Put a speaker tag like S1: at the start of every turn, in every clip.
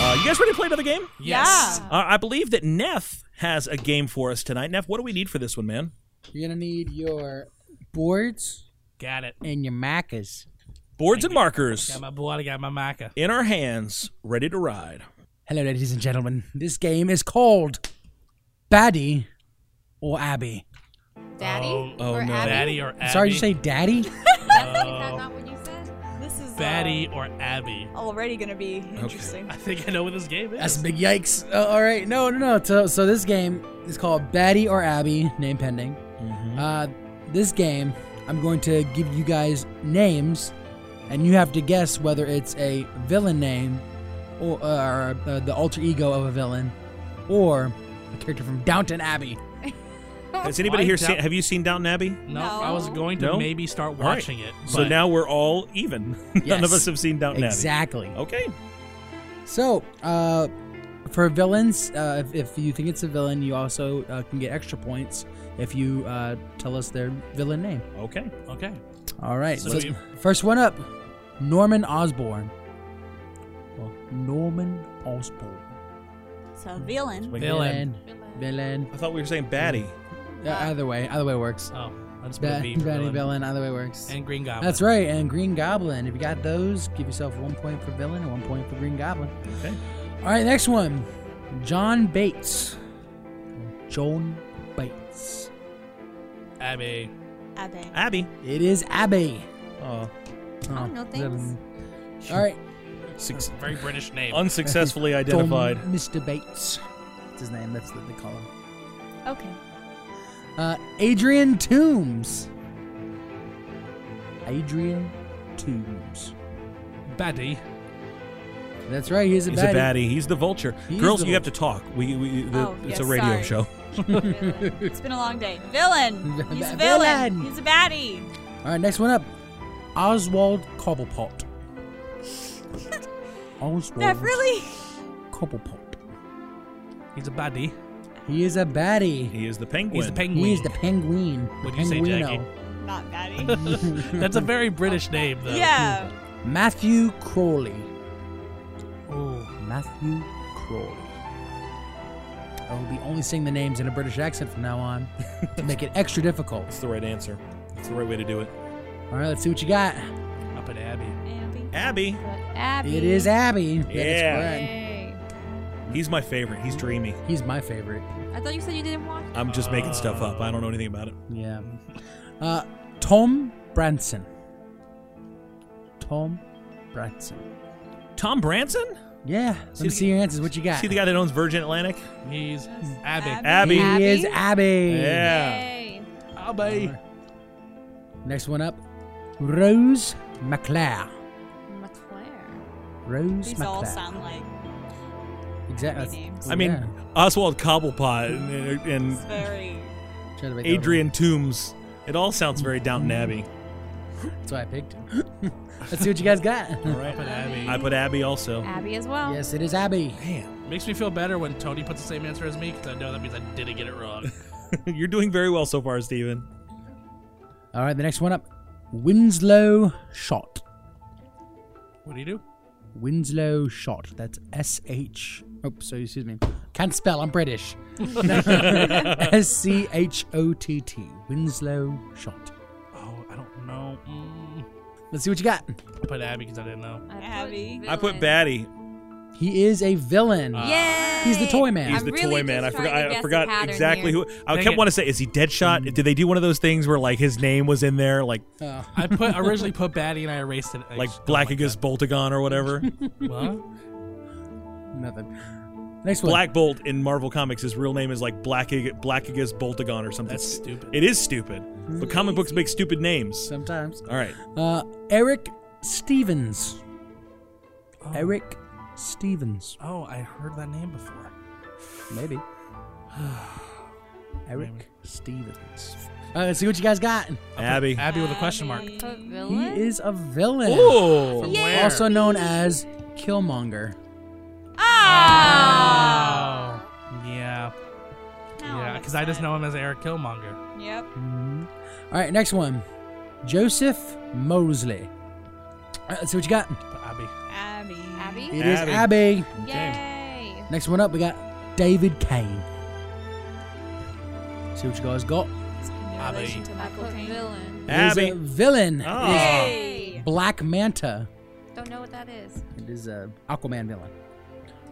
S1: Uh, guys ready to play another game?
S2: Yes.
S1: Uh, I believe that Neff has a game for us tonight. Neff, what do we need for this one, man?
S3: You're gonna need your boards
S2: Got it.
S3: and your macas.
S1: Boards and markers
S2: Got my board. I got my maca.
S1: in our hands, ready to ride.
S3: Hello, ladies and gentlemen. This game is called Baddie or Abby.
S4: Daddy
S2: Oh,
S1: oh,
S4: or
S1: no.
S4: Abby?
S2: Batty or Abby.
S3: I'm Sorry, you say Daddy?
S4: That's is that not what you said?
S5: This is uh,
S2: Batty or Abby.
S5: already gonna be interesting.
S2: I think I know what this game is.
S3: That's big yikes. Uh, all right, no, no, no. So, so this game is called Baddie or Abby, name pending. Uh, this game, I'm going to give you guys names, and you have to guess whether it's a villain name, or uh, uh, the alter ego of a villain, or a character from Downton Abbey.
S1: Has anybody
S2: Why
S1: here
S2: Dou-
S1: seen? Have you seen Downton Abbey?
S2: no,
S5: No.
S2: I was going to
S1: No?
S2: maybe start
S1: All right.
S2: watching it.
S1: So
S2: but-
S1: now we're all even. None of
S3: Yes.
S1: us have seen Downton
S3: exactly.
S1: Abbey. Okay.
S3: So, uh, for villains, uh, if, if you think it's a villain, you also uh, can get extra points if you uh, tell us their villain name.
S1: Okay.
S2: okay.
S3: All right.
S2: So
S3: let's-
S2: you-
S3: first one up, Norman Osborn. Well, Norman Osborn.
S5: So villain.
S1: Wait,
S2: Villain.
S3: Villain. Villain.
S1: I thought we were saying baddie.
S3: Yeah,
S5: Uh,
S3: either way, either way works.
S2: Oh, I just put a
S3: Ba-
S2: V
S3: Baddie
S2: for
S3: villain.
S2: villain.
S3: either way works.
S2: and Green Goblin.
S3: That's right. And Green Goblin. If you got those, give yourself one point for villain and one point for Green Goblin.
S1: Okay.
S3: All right, next one, John Bates. John Bates.
S2: Abby.
S5: Abbe.
S1: Abby.
S3: It is Abby.
S1: Oh.
S3: Oh,
S4: no thanks.
S3: All right,
S1: Suc-
S2: Very British name.
S1: unsuccessfully
S3: John
S1: identified.
S3: Mr. Bates. That's his name. That's what they call him.
S4: Okay.
S3: Uh, Adrian Toombs. Adrian Toombs.
S2: Batty.
S3: That's right. He's a
S1: He's a
S3: baddie.
S1: baddie. He's the vulture.
S3: He's
S1: Girls,
S3: the
S1: you have to talk. We, we the,
S5: Oh,
S1: it's
S5: yes,
S1: a radio
S5: sorry.
S1: show.
S5: Villain. it's been a long day. Villain.
S3: Vi-
S5: He's a
S3: villain.
S5: villain. He's a baddie.
S3: All right, next one up. Oswald Cobblepot. Oswald
S5: That really.
S3: Cobblepot.
S2: He's a baddie.
S3: He is a baddie.
S1: He is the penguin.
S2: He's the penguin.
S3: He is the penguin.
S2: What'd
S3: the
S2: you say,
S3: penguino.
S5: Not baddie.
S2: That's a very British name, though.
S5: yeah.
S3: Matthew Crawley.
S2: Ooh.
S3: Matthew Crawley. I will be only saying the names in a British accent from now on to make it extra difficult.
S1: That's the right answer. That's the right way to do it.
S3: All right, let's see what you got.
S2: Up at Abby.
S4: Abby.
S1: Abby.
S4: But Abby.
S3: It is Abby. That is
S1: Yeah.
S3: correct.
S4: Yay.
S1: He's my favorite. He's dreamy.
S3: He's my favorite.
S4: I thought you said you didn't watch.
S1: I'm just making stuff up. I don't know anything about it.
S3: Yeah. Uh, Tom Branson. Tom Branson.
S1: Tom Branson?
S3: Yeah. Let me
S1: the-
S3: see your answers. What you got?
S1: See the guy that owns Virgin Atlantic?
S2: He's Abby.
S5: Abby.
S1: Abby.
S3: He
S4: Abby?
S3: is Abby.
S1: Yeah. Oh,
S4: Yay.
S2: Abby.
S3: Next one up, Rose McClare.
S4: McClare.
S3: Rose
S5: These
S3: McClare.
S5: all sound like
S3: exactly.
S5: funny names.
S1: I mean,
S3: Yeah.
S1: Oswald Cobblepot and,
S5: it's
S1: and
S5: very.
S3: Try to make that
S1: Adrian Toombs. It all sounds very Downton Abbey.
S3: one. That's why I picked. Let's see what you guys got.
S1: All right.
S2: Up at Abby.
S1: I put Abby also.
S4: Abby as well.
S3: yes, it is Abby.
S1: Man,
S2: Makes me feel better when Tony puts the same answer as me because I know that means I didn't get it wrong.
S1: you're doing very well so far, Steven.
S3: All right, the next one up, Winslow Shot.
S2: what do you do?
S3: Winslow Shot. That's S H. Oh, sorry, excuse me. Can't spell. I'm British. S C H O T T. Winslow Shot.
S2: Oh, I don't know. Mm.
S3: Let's see what you got.
S2: I put Abby because I didn't know.
S4: I put
S5: Abby.
S1: I put
S4: villain.
S1: Batty.
S3: He is a villain.
S2: Uh,
S4: Yay.
S3: He's the toy man.
S1: He's
S4: I'm
S1: the
S4: really
S1: toy man. I
S4: just
S1: forgot.
S4: trying to
S1: I
S4: guess a
S1: forgot
S4: pattern
S1: exactly
S4: here.
S1: who. I
S2: Dang
S1: kept
S2: it.
S1: wanting to say, is he Deadshot? Did they do one of those things where like his name was in there, like
S3: Oh.
S2: I put I originally put Batty and I erased it. I
S1: like
S2: just don't
S1: Black
S2: like
S1: against Boltagon or whatever?
S2: that. What?
S3: Nothing. Next one.
S1: Black Bolt in Marvel Comics, his real name is like Black Black against Boltagon or something.
S2: That's stupid.
S1: It is stupid. But comic books make stupid names.
S3: Sometimes.
S1: All right.
S3: Uh, Eric Stevens. Eric Stevens.
S2: Oh, I heard that name before.
S3: Maybe. Eric Stevens. All right, let's see what you guys got.
S1: Abby.
S2: Abby with a question mark.
S4: Put
S3: He
S4: villain.
S3: is a villain.
S1: Oh.
S2: Where?
S3: Also known as Killmonger.
S5: Oh!
S1: Oh.
S5: Ah.
S2: Oh, Yeah.
S5: Now
S2: yeah,
S5: I'm
S2: because I just
S5: excited.
S2: know him as Eric Killmonger.
S5: Yep.
S3: All right, next one. Joseph Mosley. All right, let's see what you got.
S2: But Abby.
S5: Abby.
S4: Abby.
S3: It is
S1: Abby.
S3: Abby.
S4: Yay.
S3: Next one up, we got David Kane. See what you guys got.
S5: In relation to
S4: I
S5: Michael
S4: put
S5: Caine.
S4: villain.
S3: He's a
S1: Abby.
S3: villain.
S1: Ah.
S5: Hey!
S3: Black Manta.
S4: Don't know what that is.
S3: It is a Aquaman villain.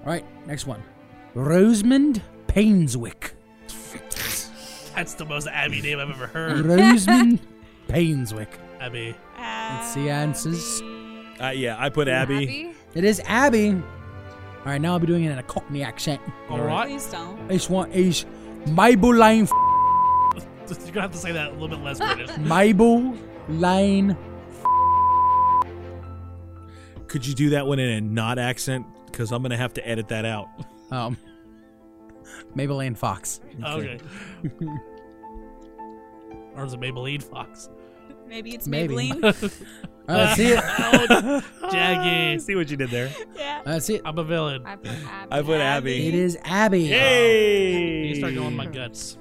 S3: All right, next one. Rosamund Painswick.
S2: That's the most Abby name I've ever
S3: Hmm.
S2: heard.
S3: Rosamund Painswick.
S2: Abby.
S5: Let's
S3: see answers.
S1: Uh, yeah, I put Abby.
S3: It is Abby. All right, now I'll be doing it in a Cockney accent.
S2: All right.
S5: Please don't.
S3: This one is Mabel Lane.
S2: You're going to have to say that a little bit less British.
S3: Mabel Lane.
S1: Could you do that one in a not accent? Because I'm gonna have to edit that out.
S3: Um, Mabel Lane Fox.
S2: okay. or is it Maybelline Fox?
S5: Maybe it's
S3: Maybe.
S5: Maybelline.
S3: All right, let's see it.
S2: Ouch.
S1: I
S2: Jaggy.
S1: see what you did there.
S5: yeah.
S3: That's it.
S2: I'm a villain.
S4: I put Abby.
S1: I put Abby.
S3: It is Abby.
S1: Hey!
S2: You start going with my guts.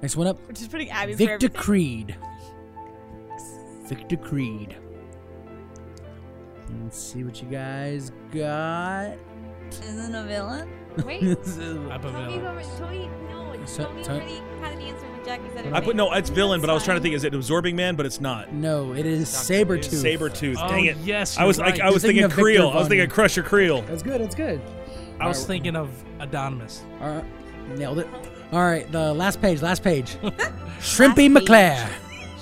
S3: Next one up.
S5: We're just putting Abby for
S3: Victor
S5: everything.
S3: Creed. Victor Creed. Let's see what you guys got.
S5: Isn't a villain?
S4: Wait.
S3: This is-
S2: I'm a
S4: Tony,
S2: villain.
S4: already- Tony, no.
S3: So-
S4: Tony
S3: Tony-
S4: already had an answer when Jackie said it.
S1: I put no. It's villain, but I was
S4: That's
S1: trying to
S4: fine.
S1: think. Is it absorbing man? But it's not.
S3: no, it is
S6: Dr.
S3: Sabretooth.
S6: Tooth.
S1: Saber tooth.
S2: Oh,
S1: Dang it.
S2: yes.
S1: I was
S2: you're
S1: like,
S2: right.
S1: I was
S3: You're thinking
S1: thinking,
S3: of Victor
S1: Creel. I was
S3: Von-
S1: thinking Crusher Creel.
S3: That's good. That's good.
S2: I was thinking of Adonis.
S3: All right, nailed it. All right, the last page. Last page. Shrimpy McClare.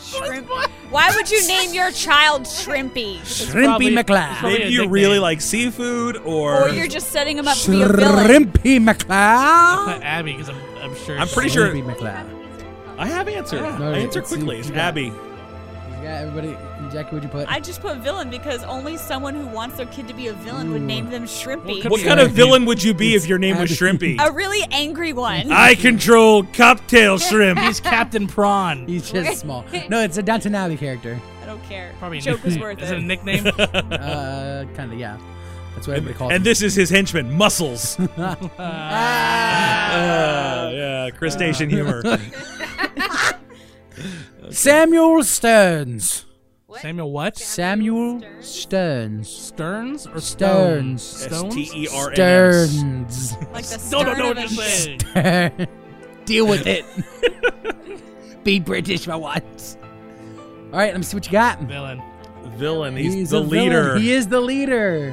S5: Shrimp. Why would you name your child Shrimpy?
S3: Shrimpy
S2: probably-
S3: McClare.
S2: Probably
S1: Maybe
S2: a
S1: you
S2: nickname.
S1: really like seafood, or,
S5: Or you're just setting him up to be a villain.
S3: Shrimpy McClare.
S2: Not Abby, because I'm, I'm sure.
S1: I'm
S2: she-
S1: pretty sure-
S3: Shrimpy McClare.
S1: I have answered.
S3: No,
S1: I answer
S3: it's- you-
S1: quickly. Ah. It's
S3: you got it.
S1: Abby.
S3: Yeah, everybody. Jackie, what'd you put?
S5: I just put villain because only someone who wants their kid to be a villain would name them Shrimpy.
S2: Well,
S1: What
S2: It's
S1: kind of
S2: Abby.
S1: villain would you be
S3: It's
S1: if your name was
S3: Abby.
S1: Shrimpy?
S5: a really angry one.
S1: I control cocktail shrimp.
S2: He's Captain Prawn.
S3: He's just small. No, it's a Downton Abbey character.
S5: I don't care.
S2: Probably a
S5: Joke was
S2: nickname.
S5: worth
S2: Is it a
S5: it.
S2: nickname?
S3: Uh, kind of, yeah. That's what everybody calls
S1: and
S3: him.
S1: this is his henchman, Muscles. Uh, yeah, crustacean humor.
S3: Samuel Stearns.
S4: What?
S2: Samuel what?
S3: Samuel
S4: Stearns?
S3: Stearns.
S2: Stearns or
S3: Stearns.
S2: Stones? Stones?
S1: S T E R N S.
S3: Stearns.
S5: Like the
S2: Don't
S5: stern
S2: know what
S5: of a
S2: you're saying.
S3: Deal with it. Be British for once. All right, let me see what you got.
S2: Villain.
S1: Villain. He's,
S3: a
S1: the
S3: villain.
S1: leader.
S3: He is the leader.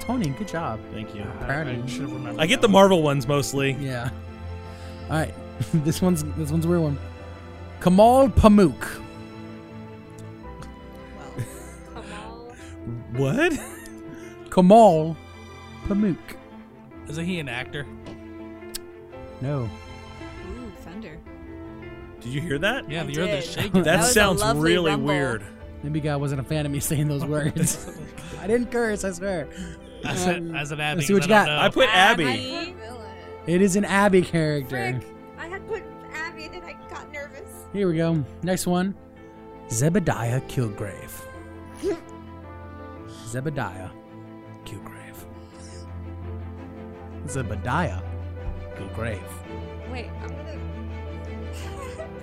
S3: Tony, good job.
S1: Thank you.
S3: Apparently.
S2: I, I should have remembered.
S1: I get the
S2: that
S1: Marvel ones mostly.
S3: Yeah. All right, this one's this one's a weird one. Kamal Pamuk.
S4: Kamal.
S1: What?
S3: Kamal Pamuk.
S2: one. Isn't he an actor?
S3: No.
S5: Ooh, thunder.
S1: Did you hear that?
S2: Yeah,
S5: I
S2: you're the
S5: did.
S2: shaking.
S1: That,
S5: That was a
S1: sounds
S5: lovely
S1: really
S5: rumble.
S1: weird.
S3: Maybe God wasn't a fan of me saying those words. I didn't curse, I swear.
S2: As, a, as an Abby.
S3: see what you
S2: I
S3: got.
S2: don't
S1: I
S2: know.
S1: put Oh, Abby.
S4: I put villain.
S3: It is an Abby character.
S4: Frick. I had put Abby and then I got nervous.
S3: Here we go. Next one. Zebediah Kilgrave. Zebediah Kilgrave. Zebediah Kilgrave.
S4: Wait, I'm gonna.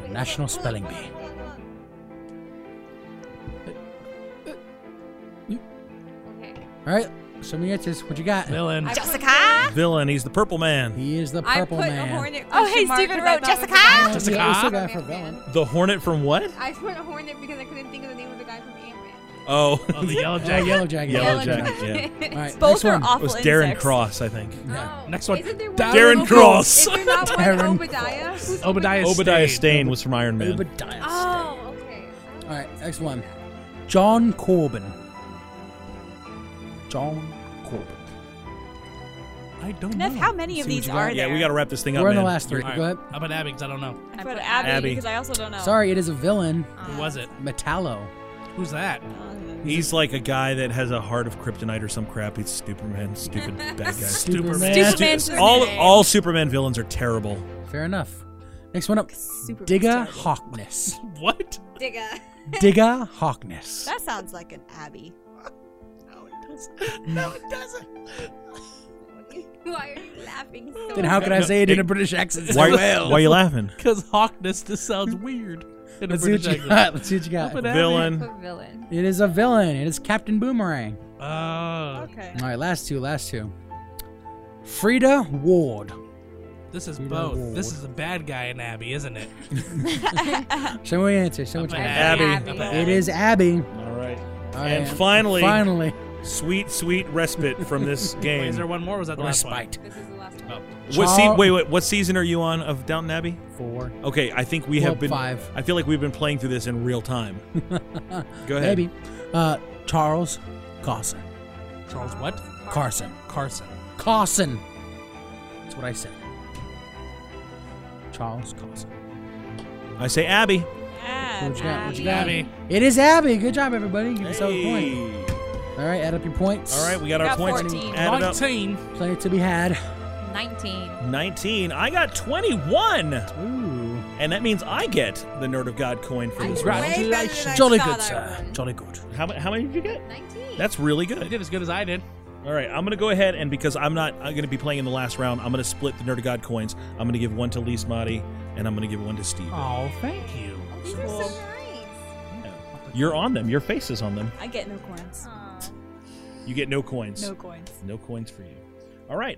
S4: Wait,
S3: National
S4: hold on,
S3: Spelling
S4: hold on,
S3: Bee.
S4: hold on, hold on. Okay.
S3: All right, show me your answers. What you got?
S2: Villain.
S4: I put
S5: Jessica?
S1: Villain. He's the purple man.
S3: He is the
S5: I
S3: purple
S5: put
S3: man.
S5: a hornet.
S4: Oh,
S5: question
S4: hey,
S5: mark
S4: Stephen
S5: 'cause I
S4: wrote
S5: thought it was
S4: Jessica?
S5: a villain.
S3: Yeah,
S2: Jessica?
S3: we still got it
S4: Villain.
S3: for villain.
S1: The Hornet from what?
S4: I put Hornet because I couldn't think of the name of the guy from Ant
S1: Oh,
S2: Oh, the yellow
S3: Oh,
S2: jacket.
S3: Yellow Jacket.
S1: Yellow
S5: Yellow
S1: Jacket. Yeah.
S4: Man.
S3: All right,
S5: Both
S3: next
S5: are
S3: one.
S5: awful
S1: It was Darren
S5: insects.
S1: Cross, I think.
S4: Oh.
S2: Next one.
S4: Isn't there one
S1: Darren Cross.
S4: Is there not one
S3: Darren Oh,
S4: Obadiah? Who's
S2: Obadiah.
S1: Obadiah
S2: Stane.
S1: Stane was from Iron Man.
S3: Obadiah.
S4: Oh, okay. I don't
S3: All right,
S4: know.
S3: next one. John Corbin. John Corbin.
S2: I don't know.
S5: Nev, how many of
S3: See what
S5: these
S3: you got.
S5: are there?
S1: Yeah, we got to wrap this thing up,
S3: We're on the
S1: man.
S3: last three.
S2: All right,
S3: Go ahead.
S2: How about Abby? Because I don't know.
S5: I put Abby,
S1: Abby.
S5: because I also don't know.
S3: Sorry, it is a villain.
S2: Who was it?
S3: Metallo.
S2: Who's that?
S1: He's like a guy that has a heart of kryptonite or some crap. He's Superman, stupid bad guy.
S3: Superman.
S2: Superman.
S5: Superman's his
S1: all
S5: name.
S1: all Superman villains are terrible.
S3: Fair enough. Next one up.
S5: Super
S3: Digga
S5: retarded.
S3: Hawkness.
S2: What?
S4: Digga.
S3: Digga Hawkness.
S5: That sounds like an Abby.
S4: Why are you laughing so
S3: Then how could I
S1: No,
S3: say it in
S1: it-
S3: a British accent?
S1: Why,
S3: Well.
S1: why are you laughing?
S2: Because Hawkness just sounds weird. In a
S3: Let's see what
S2: British
S3: you
S2: accent.
S3: got. Let's see what you
S2: Open
S3: got.
S2: it.
S4: I
S1: Villain.
S4: put villain.
S3: It is a villain. It is Captain Boomerang.
S2: Oh.
S5: Okay.
S3: All right, last two, last two. Frida Ward.
S2: This is
S3: Frida
S2: both. This
S3: Ward.
S2: is the bad guy in Abby, isn't it?
S3: Show me your answer. Show me
S2: Up
S3: what
S2: in
S3: you got.
S1: Abby.
S4: Abby.
S2: Up in
S3: It is Abby.
S1: All right.
S3: All
S1: And
S3: right.
S1: finally-
S3: finally,
S1: Sweet, sweet respite from this
S2: Wait, is there
S1: game.
S2: one more? or Was that the last one?
S3: respite.
S4: This is the last one.
S2: Oh.
S1: What se-
S3: Char-
S1: wait, wait. What season are you on of Downton Abbey?
S3: Four.
S1: Okay, I think we
S3: Well,
S1: have been.
S3: five.
S1: I feel like we've been playing through this in real time. Go ahead.
S3: Maybe. Uh, Charles Carson.
S2: Charles what?
S3: Carson.
S2: Carson.
S3: Carson. That's what I said. Charles Carson.
S1: I say Abby.
S5: Yeah,
S3: What you got? What you got?
S2: Abby.
S3: It is Abby. Good job, everybody. Give yourself a point.
S1: Hey.
S3: All right, add up your points.
S1: All right, we got
S5: We
S1: our
S5: got
S1: points
S5: 14.
S1: added up.
S2: Nineteen.
S3: Play to be had.
S4: 19.
S1: 19. I got 21.
S3: Ooh.
S1: And that means I get the Nerd of God coin for
S4: I
S1: this
S4: Way
S1: round.
S4: better than I
S3: Jolly
S4: thought
S3: good,
S4: I
S3: sir.
S4: would.
S3: Jolly good.
S1: How, mu- how many did you get?
S4: 19.
S1: That's really
S2: You
S1: good.
S2: did as good as I did.
S1: All right, I'm going to go ahead and because I'm not I'm going to be playing in the last round, I'm going to split the Nerd of God coins. I'm going to give one to Lee Smotty and I'm going to give one to Steve.
S2: Oh, thank you.
S4: Oh, these are so nice.
S1: You're on them. Your face is on them.
S5: I get no coins.
S4: Aw.
S1: You get no coins.
S5: No coins.
S1: No coins for you. All right.